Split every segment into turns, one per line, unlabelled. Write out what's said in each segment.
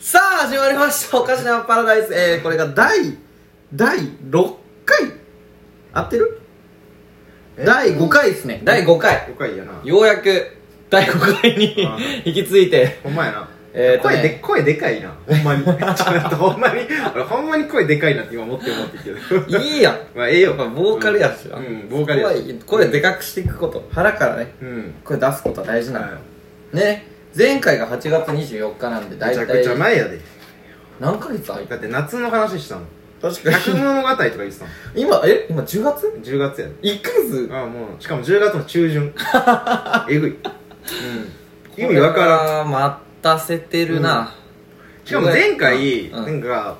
始まりました。おかしなパラダイス。えー、これが第、第6回。合ってる
え
第5回ですね。第5回。
5回やな
ようやく、第5回に
あー
行き着いて。
ほんまやな、
えーとね
声で声でかいなほんまにちょっとほんまに俺ほんまに声でかいなって今思って思ってるけど
いいやん。
まあええよ
まあボーカルやしな
うん、うんボーカルやし
これでかくしていくこと。腹からね、
うん
これ出すことは大事なの。
は
ね。前回が8月24日なんで、
い
だ
め
い
ちゃ
た
く
い
ちゃ前やで
何ヶ月空い
だ
た
って夏の話したの
確
百物語とか言ってたの
に。 今、え今10月
10月やで
?1 ヶ月
ああもうしかも10月の中 旬えぐい、うん、意味わからん
ん。待たせてるな。
しかも前回、
うん
なんか、
うん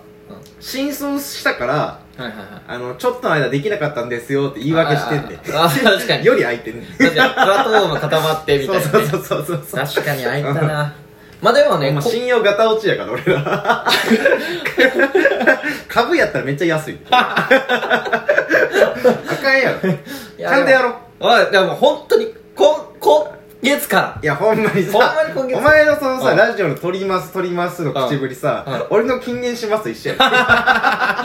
真相したから
はいはいはい。
あのちょっとの間できなかったんですよって言い訳してんね
あああ確かに
より空いてんねん
確かに、プラットフォーム固まってみた
そ
いうな、ね。
そうそうそうそうそ
確
う
かに開いたな。まあでも
ほ
ね、
んま
こ
信用ガタ落ちやから俺ら 株やったらめっちゃ安いあかんやろ
い
ちゃんとやろう
おい、でも本当に、こ、今月から。
いやほんまにさ
ほんまに今月
お前のそのさ、
うん
ラジオの「撮ります撮ります」の口ぶりさ、俺の禁煙しますと一緒や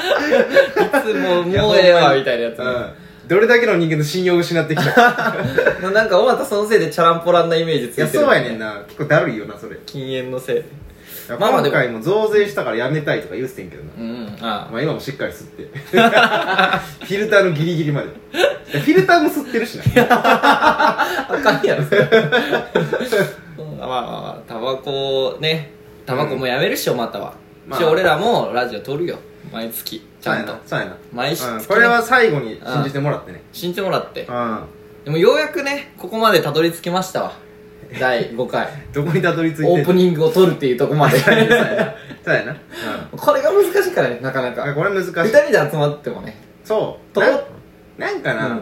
ん
いつも、
いや
もうええ
ほんま
わ、
に
みたいなやつ、
うんどれだけの人間の信用を失ってきたか
もうなんか、おまたそのせいでチャランポランなイメージつい
い
て
や
る、
そうやねん。な結構だるいよなそれ
禁煙のせいで。まあまあ
今
でも
回も増税したからやめたいとか言うてんけどな
うんうん、あ
まあ今もしっかり吸って フィルターのギリギリまでいやフィルターも吸ってるし な
あ。あかんやろ、 それ。うんまあまあまあ、タバコをね、タバコもやめるっしょ、または。
まあ
し俺らもラジオ撮るよ。毎月、ち
そう
ゃ
や
んと
な。そうやな
毎週
うんこれは最後に信じてもらってね
信じてもらって
う。ん
でもようやくね、ここまでたどり着きましたわ。第5回。
どこにたどり着いて
オープ
ン
ニングを撮るっていうとこま で。
そうやな
これが難しいからね、なかな
うん
か。
これ難
二
しい
人で集まってもね。
そう
とこ
ななんか
う
なん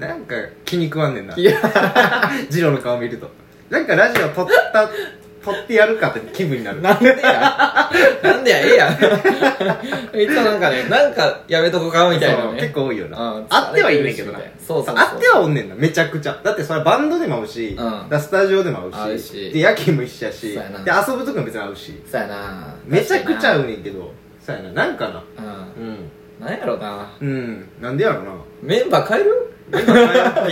なんか気に食わんねんない
や、
ジローの顔見るとなんかラジオ撮った撮ってやるかって気分になる
なんでや。なんでや、ええ やん。いつもなんかね、なんかやめとこかみたい
そ
な
う結
ね。
構多いよ
う
なんあってはいんねんけどな
そうそうそう
あってはおんねんなめちゃくちゃだってそれバンドでも合うし、
ん
だからスタジオでも合
合
う
う
し
し
で夜勤も一緒やし
そうやな
で遊ぶときも別に合うし
そうやな
めちゃくちゃ合
う。
うねんけどそうやななんかなんうん
なんやろな。
うんなんでやろな
メンバー変える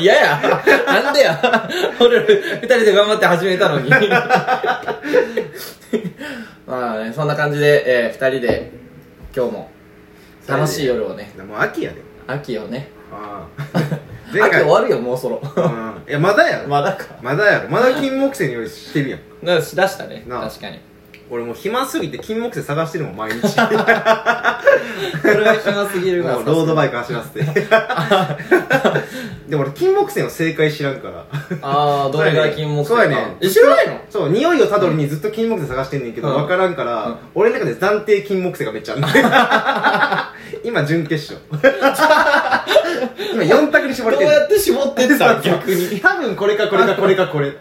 嫌 やなんでや俺ら二人で頑張って始めたのに まあねそんな感じで、えー、二人で今日も楽しい夜をね
もう秋やで
秋をね
あ あ
秋終わるよもうそろ
うんい やまだやろ
まだか
まだやろまだ金木犀においしてるやん
なんかしだしたね
なあ
確かに
俺もう暇すぎて金木犀探してるもん 毎日
これは暇すぎるな
もうロード
バ
バイク走らせてでも俺金木犀の正解知らんから
ああどれが金木犀
そうやね
え知らないの
そう匂いをたどりにずっと金木犀探してんねんけど、
うん
分からんから、
うん
俺の中で暫定金木犀がめっちゃある 今準決勝今4択に絞れ
どう
てん
やって絞ってったの
そうそう
逆に
多分これかこれかこれかこ れ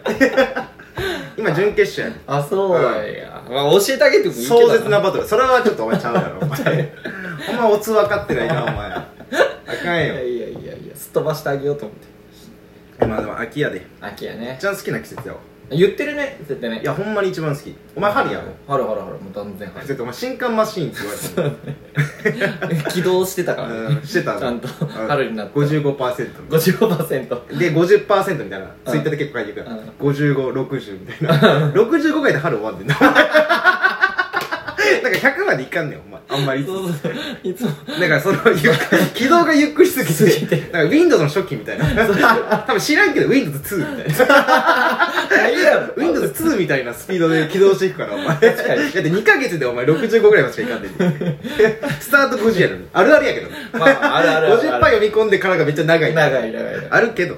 今準決勝やね
あそうや、まあ、教えてあげてもいいけど
壮絶なバトルそれはちょっとお前ちゃうやろお前お前オツ分かってないなお前あかん
いや
よ
いやいやいやすっ飛ばしてあげようと思って
まあでも秋やで
秋やね
一番好きな季節やわ
言ってるね絶対ね
いやほんまに一番好きお前春やろ
春春春もう断然春
ちょっとお前新刊マシーンって言われてる
起動してたからね
うんしてた
ちゃんと
うん
春になって
55%
55%
で50%みたいなツイッターで結構書いてるから
うん
5560みたいな65回で春終わんねんな なんか100までいかんねんお前あんまり
そうそうい つも
だからそのゆっ軌道がゆっくりすぎ
すぎ
て
て
なんか Windows の初期みたいな多分知らんけど Windows2 みたいな
何やろ
Windows2 みたいなスピードで起動していくから お前だって
かに
2ヶ月でお前65ぐらいまでしかいかんねんスタート50やのにあるあるやけど
まああるあるある
50パー読み込んでからがめっちゃ長い
長い長い長い
あるけど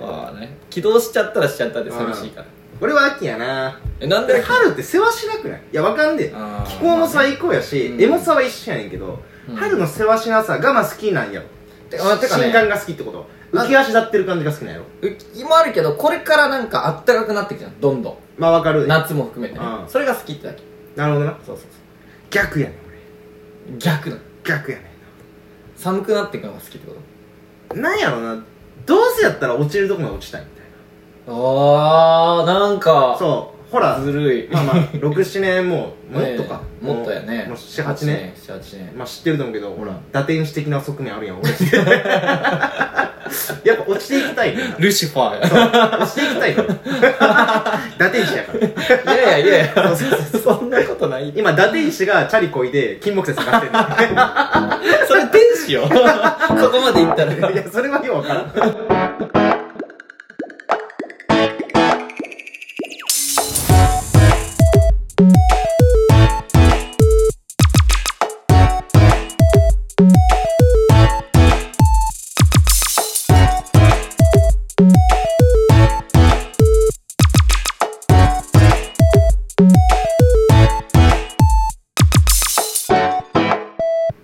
まあね起動しちゃったらしちゃったで寂しいから
俺は秋やな
えなんで
で春って世話しなくないいやわかんねえ
あー
気候も最高やし、
まあね
エモさは一緒やねんけど、
うん
春の世話しなさがまあ好きなんやろ
てかまあてかね
新感が好きってこと浮き足立ってる感じが好きなんやろ
う今あるけどこれからなんかあったかくなってきたのどんどん
まあわかるな
夏も含めてね
うん
それが好きってだけ
なるほどな
そうそう
逆やねん俺
そう逆なの
逆やね
寒くなっていくのが好きってこと
んなんやろなどうせやったら落ちるとこが落ちたいみたい
あーなん
な
か
そうほら
ずるい
ま あまあ67年もうもっとか、
ねえもっとやね
もう78年
78年
まあ知ってると思うけどほ
う
ら
ん
打天使的な側面ある やん俺やっぱ落ちていきたいね
ルシファー
そう落ちていきたいから 打天使やから
いやいやいや
そうそう
そんなことない
今打天使がチャリこいで金木犀探してる
それ天使よここまでいったら
いや、それはようわからん。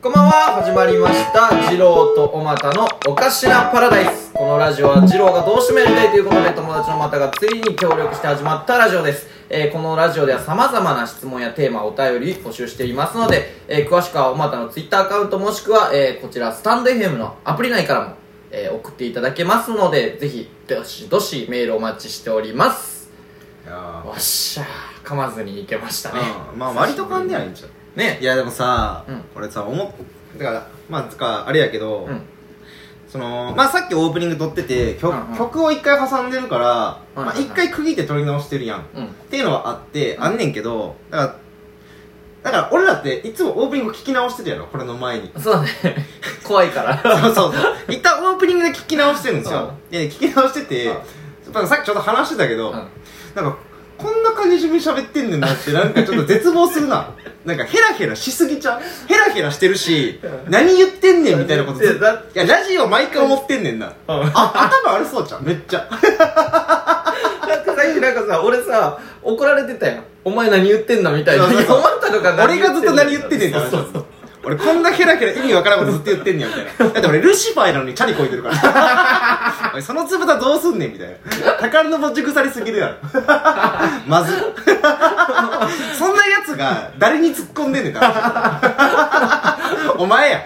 こんばんは始まりました「二郎とおまたのおかしなパラダイス」このラジオは二郎がどうしてもやりたいということで友達のまたがついに協力して始まったラジオです、えーこのラジオではさまざまな質問やテーマお便り募集していますので、えー詳しくはおまたのツイッターアカウントもしくは、えーこちらスタンド FM のアプリ内からも、えー送っていただけますのでぜひどしどしメールお待ちしております
あ
わっしゃー噛まずにいけましたね
まあ割と噛んではいいんちゃう
ね
いやでもさ、
うん
俺さ思っだからまあつかあれやけど、
うん
そのまあさっきオープニング撮ってて曲,、
うんうん
曲を一回挟んでるから、
いはい
まあ一回区切って撮り直してるやん、っ
うん
ていうのはあって、あんねんけどだからだから俺らっていつもオープニング聞き直してるやろこれの 前に
そうだね怖いから
そうそうそう一旦オープニングで聞き直してるんですよ、で聞き直してて、
うん
まあさっきちょっと話してたけど、
うん
なんか、こんな感じで自分喋ってんねんなって、なんかちょっと絶望するな。 なんかヘラヘラしすぎちゃうヘラヘラしてるし、何言ってんねんみたいなことずっ
い
と。
やだ
いや、ラジオ毎回思ってんねんな。 あ、頭悪そうじゃん、めっちゃ。
なんかさっきなんかさ、俺さ、怒られてたやん。お前何言ってんだみたいな。
そうそうそう
いやお前とかが
俺がずっと何言ってんねんって
そう
話
そうそう。
俺こんなヘラヘラ意味わからんことずっと言ってんねんみたいな。だって俺ルシファーなのにチャリこいてるから。 おいその粒だどうすんねんみたいな。宝のぼっち腐りすぎるやろ。 まず。 そんなやつが誰に突っ込んでんねんから。お前 や。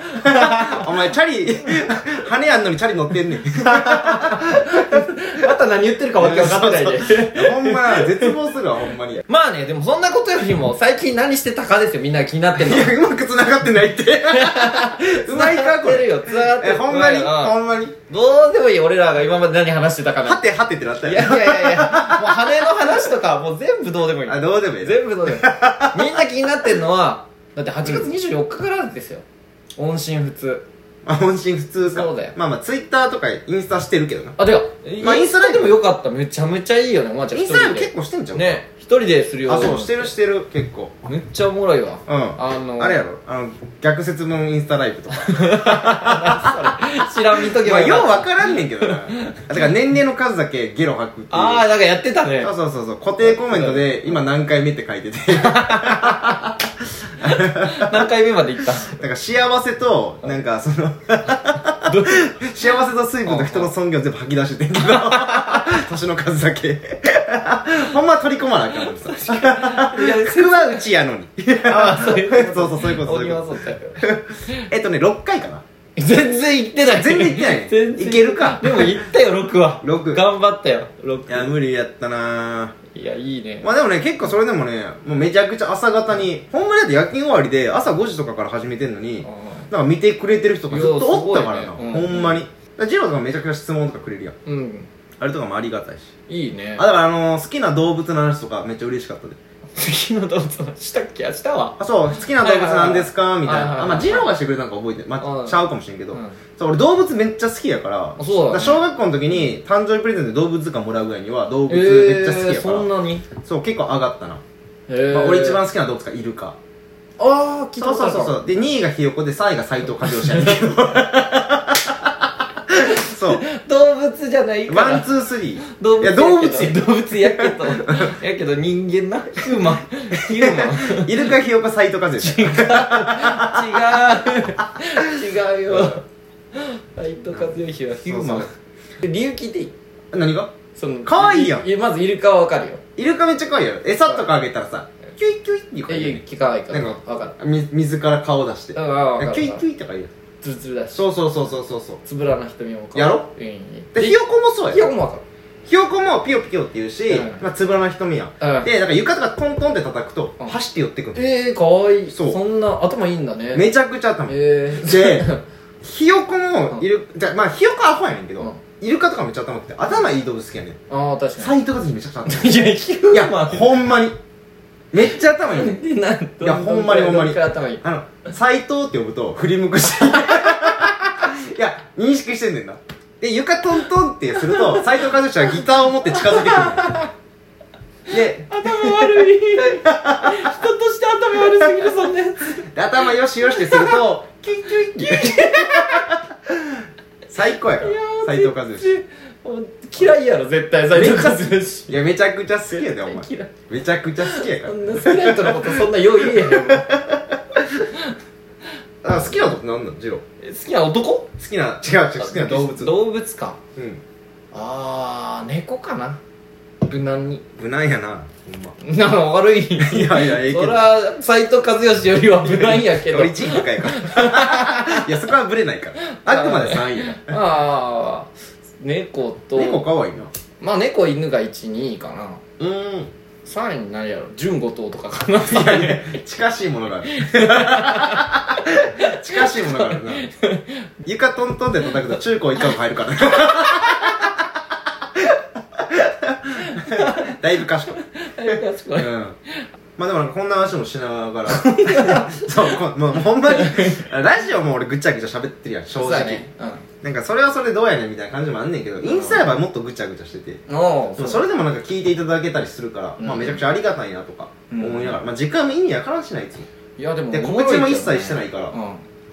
お前チャリ、羽あんのにチャリ乗ってんねん。
また何言ってるかわけ分かってない
そう
で。
そう ほんま、絶望するわ、ほんまに。いや、
まあね、でもそんなことよりも、最近何してたかですよ。みんな気になってんの。
うまく繋がってない って。うまいか、こ
繋がってる
れ。
よ、つながって
え、
る。
ほんまに、
う
ほんまに。
どうでもいい、俺らが今まで何話してたか
は
な。
てはてってな った
いやい
よ。
やいやいや、もう羽の話とか、もう全部どうでもいい。
あ、どうでもいい。
全部どう でもいい。みんな気になってんのは、だって8月24日からですよ。音信不通。
あ、音信普通か。
そうだよ
まあまあ、ツイッターとかインスタしてるけどな。
あ、てか、
まあ
インスタでもよかった。めちゃめちゃいいよね、おまちゃん。
インスタでも
一人
結構してんじゃん。。
ね、一人でするよ。
あ、そう、してるしてる、結構。
めっちゃおもろいわ。
うん。
あの、
あれやろあの、逆説文インスタライブ とか。
知らん見とけ
ま
ば
あ、よう
かっ
わからんねんけどな。だから年齢の数だけゲロ吐くっていう。
たあー、なんかやってたね
そう。そうそうそう。固定コメントで、今何回目って書いてて。なん
何回目まで行 った
か幸せと、なんかその、幸せと水分と人の尊厳を全部吐き出してて んけど、年の数だけ。ほんま取り込まなあかんもんさ。
いや、
福はうちやのに。
あー、そういうこと。
そうそうそういうことそう
鬼
いう
はそ
こ
うだよ。
えっとね、6回かな。
全然行ってない。
全然行ってないね
全然
いけるか
でも行ったよ、6は。
六
頑張ったよ、
いや、
6。
無理やったない
や、いいね。
まあでもね、結構それでもね、もうめちゃくちゃ朝方に、ほんまにだって夜勤終わりで朝5時とかから始めてんのに、なんか見てくれてる人がずっとおったから
いや
な、
すごいねうん
ほんまに。だからジローとかめちゃくちゃ質問とかくれるやん。
うん。
あれとかもありがたいし。
いいね
あ、。だからあのー、好きな動物の話とかめっちゃ嬉しかったで。
次の動物の話したっけ明日は。
あ、そう、好きな動物なんですかみたい
はいはい
な。
はい
あ、まあジローがしてくれたんか覚えてる。
う
ま
ん
あ、ちゃうかもしれんけど
うん。
そう、俺動物めっちゃ好きやから、
あそうだね
から小学校の時に誕生日プレゼントで動物図鑑もらうぐらいには動物
え
めっちゃ好き
ー
やか
そん
ら。
なに
そう、結構上がったな。
へー
まあ、俺一番好きな動物がイルカ。
ああ、聞いた
そ
こと
うそ
あ
う
る
そうそう。で、2位がひよこで3位が斎藤和義やねんけ ど。そう。
動物じゃないから
ワン、ツー、スリー。
動物
いや、動物や
や動物やけどやけど人間なヒューマンヒューマン
イルカ、ひよこ、斎藤和義。
違う違うよ斎藤和義はヒューマン
そう
理由聞いていい
何が
その
可愛いやん
いまずイルカはわかるよ
イルカめっちゃ可愛いよ。餌とかあげたらさ、キュイキュイっていう感
えいや
じ
聞かないから
なん
わかる
み水から顔出して。
うん
キ
わかるわか
ュ
る
イキュイとか言うよ。
つるつるだし
そうそうそうそうそうそう。
つぶらな瞳もわかる
やろ
うん
で、ひよこもそう
ひ
や
よこ
ん。
もわかる
ひよこもピヨピヨって言うし、
うん
まあ、つぶらな瞳や、
うん
でなんか床とかトントンって叩くと、
うん
走って寄ってくるの、
えー、かわいい
そ
そううんな頭いいんだね
めちゃくちゃ頭いい、
えー、
でひよこもイルじゃあまあひよこアホやねんけど、
うん
イルカとかめっちゃ頭良くて頭いい動物好きやねん
ああ確か
斎藤和樹めちゃくちゃ頭
に
い
いやヒ
いい
ュ
や
ーマン
ほんまにめっちゃ頭いいねん
でなん
いやほんまにほんまに
どくらい頭いい
あの斎藤って呼ぶと振り向くしいや認識してんねんなで床トントンってすると斎藤和樹はギターを持って近づいてくるで
頭悪 い人として頭悪すぎるそんなやつ
で頭よしよしってするとキュンキュンキュン最高やから斎藤和樹
樹嫌いやろ絶対斎藤和義
いやめちゃくちゃ好きやでお前
嫌い
めちゃくちゃ好きやか
そ
ら
んなストレートのことそんなよう言えへん もん
だから好きなことなんなのジロー
え好きな男
好きな違う違う好きな動物
動物か
うん
あー猫かな無難に
無難やなほんま
なんか悪い
いやいやええけ
そ
ど
ら斎藤和義よりは無難やけど
俺1位 高いからいやそこはブレないからあくまで3位や
ああ猫と
猫かわいいな
まあ猫犬が12位かな
うーん
3位に何やろ純五頭とかかな
いやいや近しいもの がある近しいものがあるな床トントンで叩くと中高一貫入るからだいぶ賢い
賢い
うんまあでもなんかこんな話もしな がらそうこもうほんまにラジオも俺ぐちゃぐちゃ喋ってるやん正
そう
直、
だね
なんかそれはそれどうやねんみたいな感じもあんねんけど、インスタやばもっとぐちゃぐちゃしてて
うんおー
そうそれでもなんか聞いていただけたりするから、
うん
まあめちゃくちゃありがたいなとか
うん
思いながら、まあ時間も意味わからんしないつも
いやでも
で
おもろ
告知も一
けどね
切してないから
うん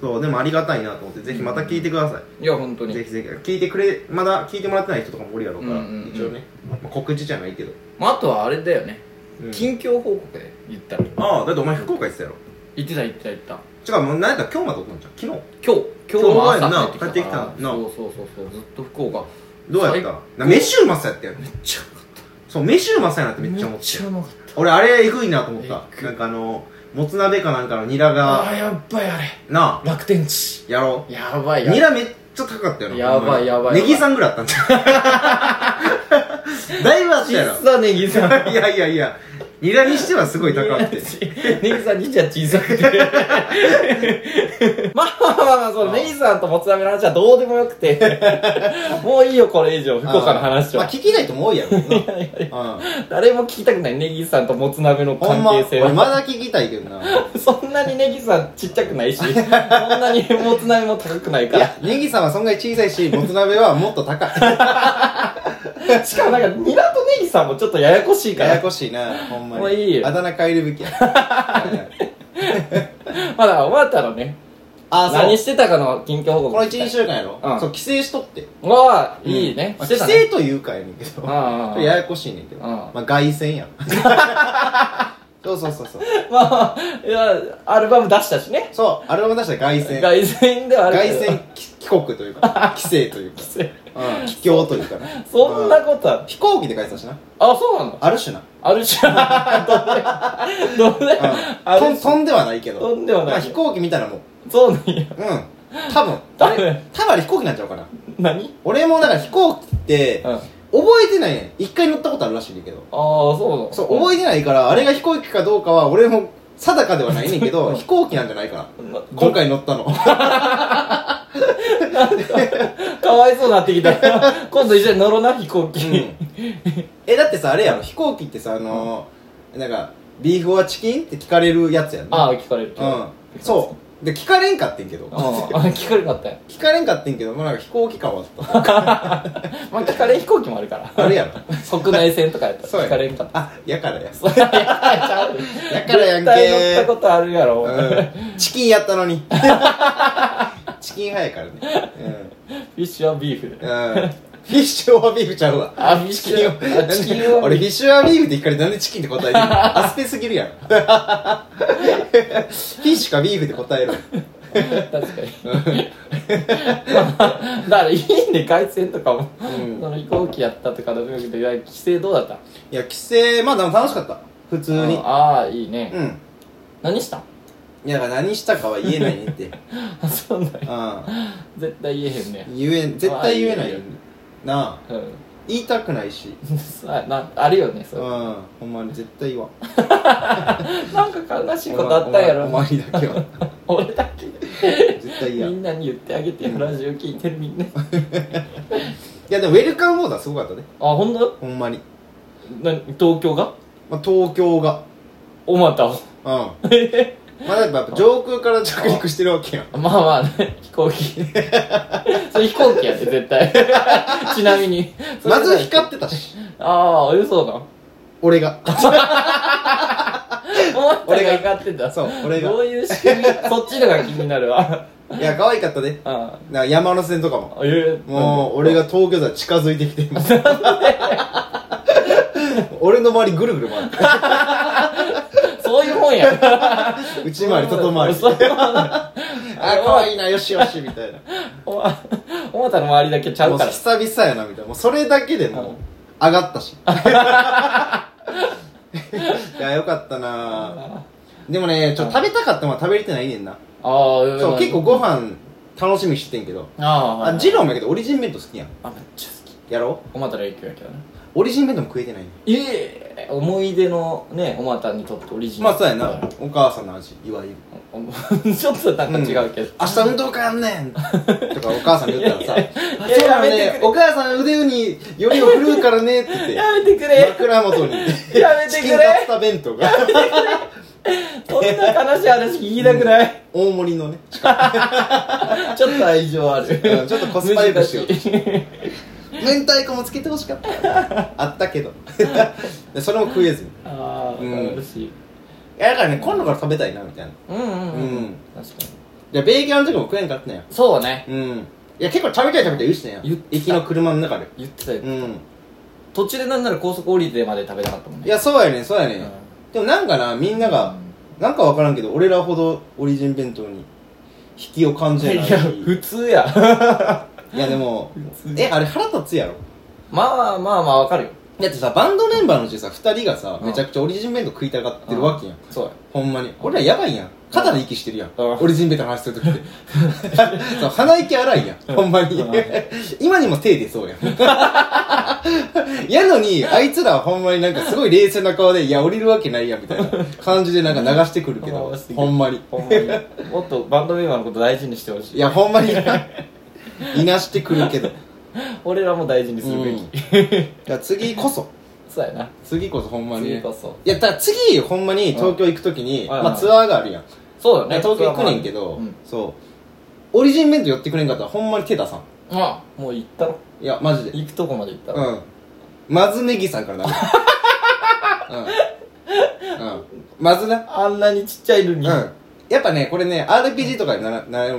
そうでもありがたいなと思ってぜひまた聞いてください、
いや本当
ぜ
に
ひぜひ聞いてくれまだ聞いてもらってない人とかもおるやろうから、
うんうんうん
一応ね、まあ、告知じゃないけど、
まああとはあれだよね
うん
近況報告で言ったら
ああだってお前福岡行ってたやろ
言ってた言ってた言った
違うもう何やったら今日までおったんじゃん昨
今日今日も朝
今日はやんな
帰ってきたから
帰ってきたな
そうそうそうそうずっと福岡
日どうやった
最
な飯うまさやったやん
めっちゃ
そう飯うまさやなってめっち
め
ゃ思
っ
って
ちゃうまかっ
俺あれえぐいなと思った
えぐい
なんかあのもつ鍋かなんかのニラ
たあ
が
ーやっばいあれ
なあ
楽天地
やろ
やばいうやば
ニ
い
ラめっちゃ高かったよな
やばい
ほんまに
やばい
ネギさんぐらいあったんちゃ うだいぶあったやろ
小さネギさん
いやいやいやニラにしてはすごい高くて
ネギさんにじゃ小さくてまあまあまあまあそのネギさんともつ鍋の話はどうでもよくてもういいよこれ以上福岡の話
まあ
は
聞きない人も多いやろ うなうん
誰も聞きたくないネギさんともつ鍋の
ほん
関
ま
係性
俺
は
まだ聞きたいけどない
そんなにネギさんちっちゃくないしそんなにもつ鍋も高くないから
やネギさんはそんぐらい小さいしもつ鍋はもっと高い
しかもなんかニラとネギさんもちょっとややこしいか
やや
ら
こしいなほんま
もう
に
いいよ
あだ名変えるべき や
まだ終わったのね
あそう
何してたかの近況報
この
告
1、2週間やろ、
うん
そう、帰省しとって。
わあいいね
まあ
してたね
帰省というかやねんけど、
うんうんうん
ややこしいねんけど、
うん
まあ、外線やん。そうそうそうそう。
まあいやアルバム出したしね
そう、アルバム出したら外線。
凱旋ではある
外
けど
線き帰国という か、帰省というか、うん、帰郷というかね。
そん
う
なことある
飛行機で帰ってたしな。
あそうなの
あるしな。
あるじゃん どうだよあ
うん、
る
と飛んではないけど。
飛んではない
まあ飛行機見たらもう、
そうなんや
うん。多分。
多分
あれ多分あれ飛行機になっちゃうかな。
何
俺もだから飛行機って、
うんああ
覚えてないねん。一回乗ったことあるらしいねんけど。
そうなの
そう、覚
え
えてないから、あれが飛行機かどうかは、俺も定かではないねんけ
う
ど、
ん
飛行機なんじゃないか
ま
な。今回乗ったの。
かわいそうになってきた今度一緒に乗ろな飛行機、
え、だってさ、あれやろ、飛行機ってさ、あのー、なんか、ビーフはチキンって聞かれるやつやんな。
ああ聞かれる
うん。そう。で、聞かれんかってんけど。
ああ聞かれなかったよ
聞かれんかってんけど、もうなんか飛行機感はあっ
まあ聞かれん飛行機もあるから
た。あれやろ。
国内線とかやった
そう
ら聞
や。
かれんかった
あ、やからや。
そうややちゃう
やからやん
絶
け
対乗ったことあるやろ、
うんチキンやったの に。チキン早いからね。うん。
フィッシュはビーフで
うんフィッシュオアビーフちゃうわ。
あフィッシュ
チキンを
あチキンを
俺フィッシュオアビーフって聞かれてなんでチキンって答えてるの アスペすぎるやん。フィッシュかビーフで答える。
確かにだからいいね凱旋とかも、
ん
その飛行機やったとかだけどいや帰省どうだった
いや、帰省、まあでも楽しかった。普通に。
ああいいね、
うん。
何したん
いや、だから何したかは言えないねん って。う
あそうなんや
ん。
絶対言えへんね
言えん、絶対言えな
まあ
いよ
いいよ。
なあ。
うん
言いたくないし
あなあるよね
う
そ
ん
れ
ほんまに絶対言わん
なんか悲しいことあったんやろ
お前お前にだけは
俺だけ
絶対嫌
み
い
んなに言ってあげてよラジオ聞いてるみんなあ
やでもウェルカムオーダーすごかったね
本当
ほんまに、
な東京が
まあ、東京が
おまたを
うんまあやっぱやっぱ上空から着陸してるわけやん
まあまあね飛行機 それ飛行機やって絶対 ちなみに
まず光
っ
ってたし
ああ嘘 だ
俺が
おまたが光ってた
そう俺が
どういう仕組みそっちのが気になるわ
いや可愛かったね
あ
なんか山手線とかも
あえ
もう俺が東京座近づいてき てます俺の周りぐるぐる回って
そういうもんや
内回り外回り
そういうもんだ
あ可愛いなよしよしみたい な
おまおまたの周りだけちゃ
も
う
う
から
久々やなみたいなもうそれだけでもう上が ったしいやよかったな
あ
でもねちょっと食べたかったものは食べれてないねんな
あうん
そう結構ご飯楽しみにしてんけど
ああ
あジローもやけどオリジン弁当好きやん
あめっちゃ好き
やろ
おまたの影響やけどね
うオリジン弁当も食えてないね
ええ思い出のねおまたにとってオリジナ
ま
ル
あそうやなお母さんの味いわゆる
お ちょっとなんか違うけど、
明日運動会やんねんとかお母さんに言ったらさ「あ
いや
そうなの
やめて
ねお母さん腕によりを振るうからね」って言って
やめてくれ
枕元に
やめて
チ
くれ
キンタツタ弁当が
そんな悲しい話聞きたくない、
大盛りのね
ちょっと愛情ある
うんちょっとコスパ良くしよう
難しい
明太子もつけてほしかったあった けどでそれも食えずにい
ああ、
うん
嬉しい
やだからね今度から食べたいなみたいない
うんうんうん、
うん
確かに
やベーキャンの時も食えんかったんや
そうね
うんいや結構食べたい食べたい言うしてんや
言ってた
行きの車の中で
言ってたよ、
うん
途中でなんなら高速降りてまで食べたかったもんね
いやそうやねんそうやね
うん
んでもなんかなみんながなんかわからんけど俺らほどオリジン弁当に引きを感じ
い
ない
や普通や
いやでも
普通
えあれ腹立つやろ
まあまあまあわかるよ
だってさバンドメンバーのうちさ2人がさ
うん
めちゃくちゃオリジン弁当食いたがってるわけやん
そうや
ほんまに俺らやばいやん肩で息してるやん
うん
オリジン弁当の話するときって そう鼻息荒いやんほんまに
うん
今にも手出そうやん やのにあいつらはほんまになんかすごい冷静な顔でいや降りるわけないやんみたいな感じでなんか流してくるけど
流してくる
ほんまに
ほんまにもっとバンドメンバーのこと大事にしてほし
い
い
やほん まにいなしてくるけど
俺らも大事にするべき、
うんじゃあ次こそ
そうやな
次こそほんまに
次
ね
こそ
いやだから次ほんまに東京行くときに、
んはいはい
まあ、ツアーがあるやん、
そうだね
東京行くねんけど、
うん
そうオリジン弁当寄ってくれんかったらほんまに手出さん
あもう行ったろ
いやマジで
行くとこまで行った
う
ろ、
んまずネギさ んからなうん、うん、まずな
あんなにちっちゃいの
うん
に、
やっぱねこれね RPG とかでならなら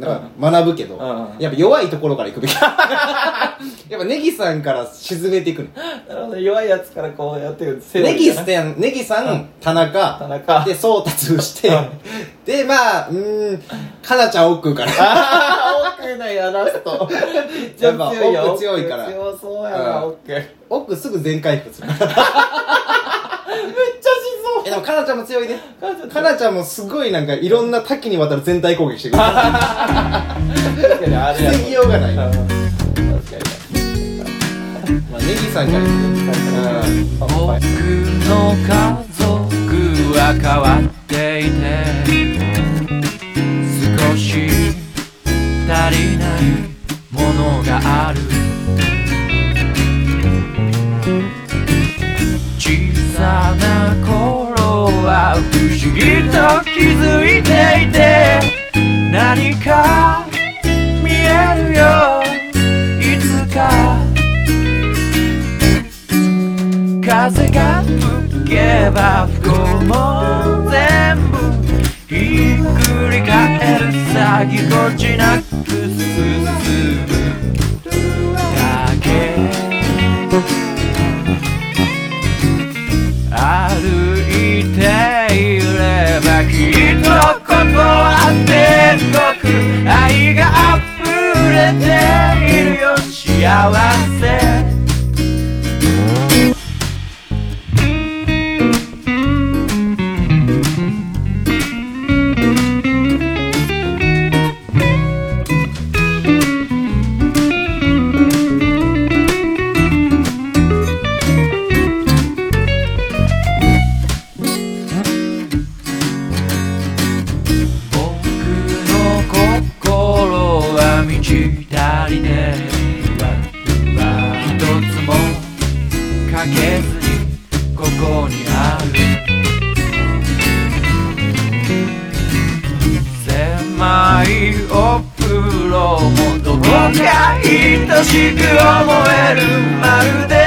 なんか学ぶけど、
うん
やっぱ弱いところから行くべき やっぱネギさんから沈めていくの
なるほど弱いやつからこうやってくる
ネギス
て
テン、ネギさん、田中、
田中
で、そうたつして
う、
で、まあ、うーん、かなちゃん奥から。
ああ奥ないやラストめっちゃ強い
や
よ
っぱ奥強いから
奥強そうやな
うん
奥めっ
奥すぐ全回復する。
ちゃし
え、でもかなちゃんも強いね。
そう
かなちゃんもすごいなんかいろんな多岐にわたる全体攻 撃してくる。
確かにあれや
防ぎようがない。ま
うん確かに
あ、ネギさんから行く。うん。
僕の家族は変わっていて少し足りないものがある小さな頃は不思議と気づいていて何か見えるよいつか風が吹けば不幸も全部ひっくり返るさぎこちなく進むだけ歩いていればきっとここは天国愛が溢れているよ幸せ
「
左でふわふわ一つもかけずにここにある狭いお風呂もどこか愛しく思えるまるで